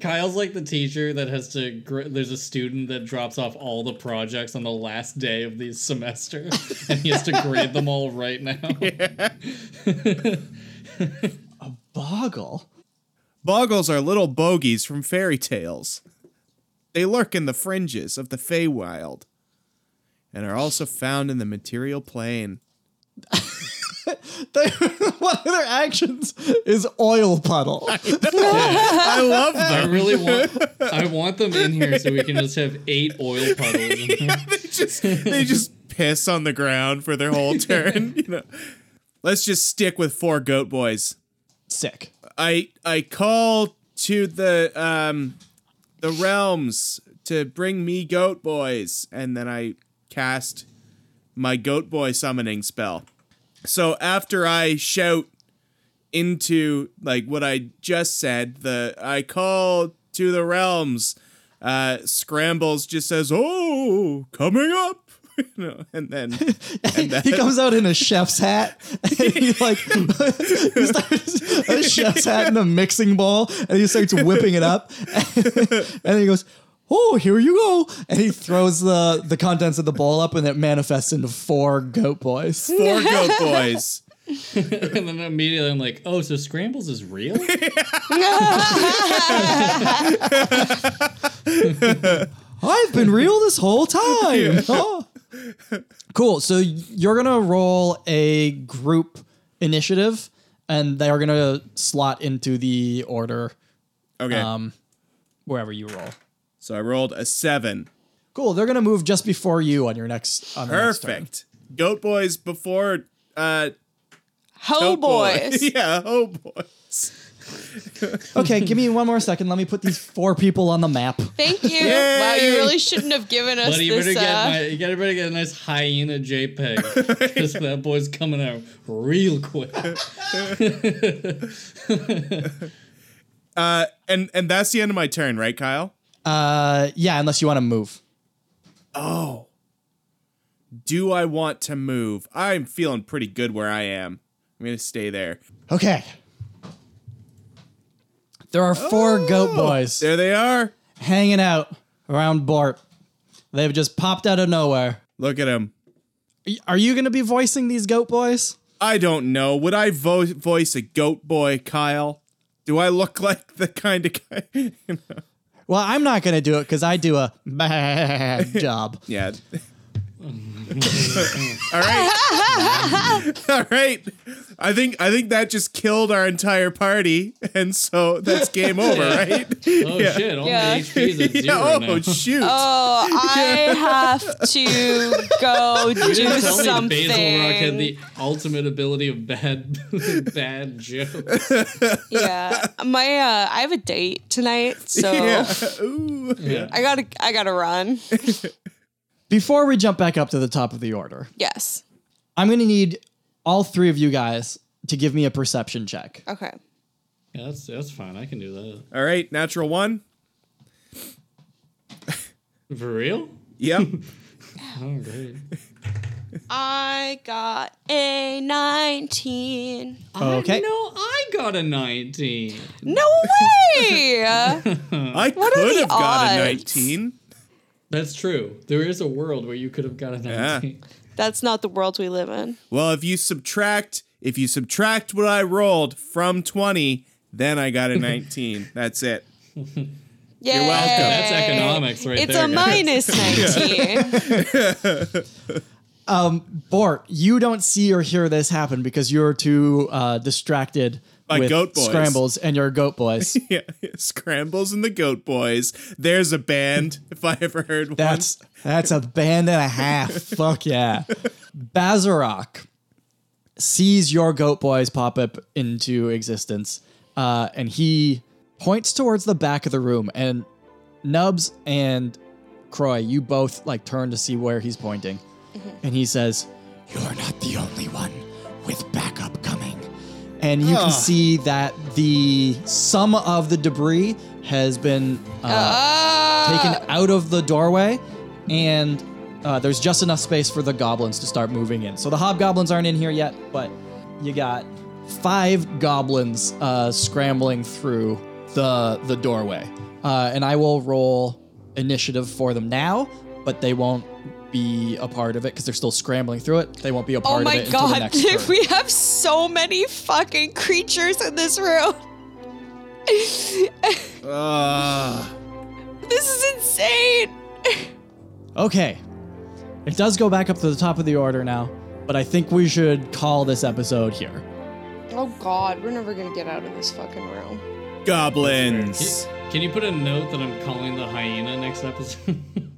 Kyle's like the teacher that has to. Gr- there's a student that drops off all the projects on the last day of the semester, and he has to grade them all right now. Boggle. Boggles are little bogies from fairy tales. They lurk in the fringes of the Feywild and are also found in the material plane. They, one of their actions is oil puddle. I love I them. really want. I want them in here so we can just have eight oil puddles. In here. they just they just piss on the ground for their whole turn, you know. Let's just stick with four goat boys. Sick. I I call to the um the realms to bring me goat boys and then I cast my goat boy summoning spell. So after I shout into like what I just said, the I call to the realms uh scrambles just says, "Oh, coming up." you know, and then and then he comes out in a chef's hat and he like he starts a chef's hat in a mixing bowl and he starts whipping it up and he goes oh here you go and he throws the the contents of the bowl up and it manifests into four goat boys four goat boys. and then immediately I'm like, oh, so scrambles is real? Oh, i've been real this whole time Oh. cool so you're gonna roll a group initiative and they are gonna slot into the order Okay. um wherever you roll so I rolled a 7. Cool. They're gonna move just before you on your next. On the next turn. Perfect. Goat boys before uh Ho Goat Oh, boys. yeah, oh boys. Okay, give me one more second. Let me put these four people on the map. Thank you. Yay. Wow, you really shouldn't have given us But you better this. get Uh, my, you gotta better get a nice hyena JPEG because that boy's coming out real quick. And and that's the end of my turn, right, Kyle? Uh, yeah, unless you want to move. Do I want to move? I'm feeling pretty good where I am. I'm gonna stay there. Okay. There are four goat boys There they are. hanging out around Bort. They've just popped out of nowhere. Look at them. Y- Are you gonna be voicing these goat boys? I don't know. Would I vo- voice a goat boy, Kyle? Do I look like the kind of guy? Well, I'm not gonna do it because I do a bad job. yeah. All right. All right. I think I think that just killed our entire party, and so that's game over, right? Oh shit! All Yeah. my HPs at zero Yeah, oh now. shoot. oh, I have to go You do didn't tell me something. Basil Rock had the ultimate ability of bad, bad jokes. yeah, my uh, I have a date tonight, so Yeah. Ooh. Yeah. I gotta I gotta run. Before we jump back up to the top of the order, Yes. I'm gonna need all three of you guys to give me a perception check. Okay. Yeah, that's that's fine. I can do that All right, natural one. for real. Yep. Oh great! I got a 19. Okay. No, I got a nineteen. No way! I What are could the have got a odds? 19. That's true. There is a world where you could have got a nineteen. That's not the world we live in. Well, if you subtract if you subtract what I rolled from 20, then I got a 19. That's it. Yeah. You're welcome. That's economics right It's there. a guys. minus 19. Bort, you don't see or hear this happen because you're too uh, distracted By with Goat Boys. scrambles and your goat boys. Yeah, Scrambles and the Goat Boys. There's a band, if I ever heard That's that's a band and a half. Fuck yeah. Bazarok sees your goat boys pop up into existence, uh, and he points towards the back of the room. And Nubs and Croy, you both like turn to see where he's pointing, and he says, "You're not the only one with backup coming." And you can Ugh. see that the some of the debris has been uh, taken Ah! out of the doorway, and uh, there's just enough space for the goblins to start moving in. So the hobgoblins aren't in here yet, but you got five goblins uh, scrambling through the the doorway, uh, and I will roll initiative for them now, but they won't be a part of it because they're still scrambling through it. They won't be a part Oh of my it until the god, next turn. we have so many fucking creatures in this room. once. Ugh. This is insane. Okay. It does go back up to the top of the order now, but I think we should call this episode here. Oh god, we're never gonna get out of this fucking room. goblins. Can you put a note that I'm calling the hyena next episode?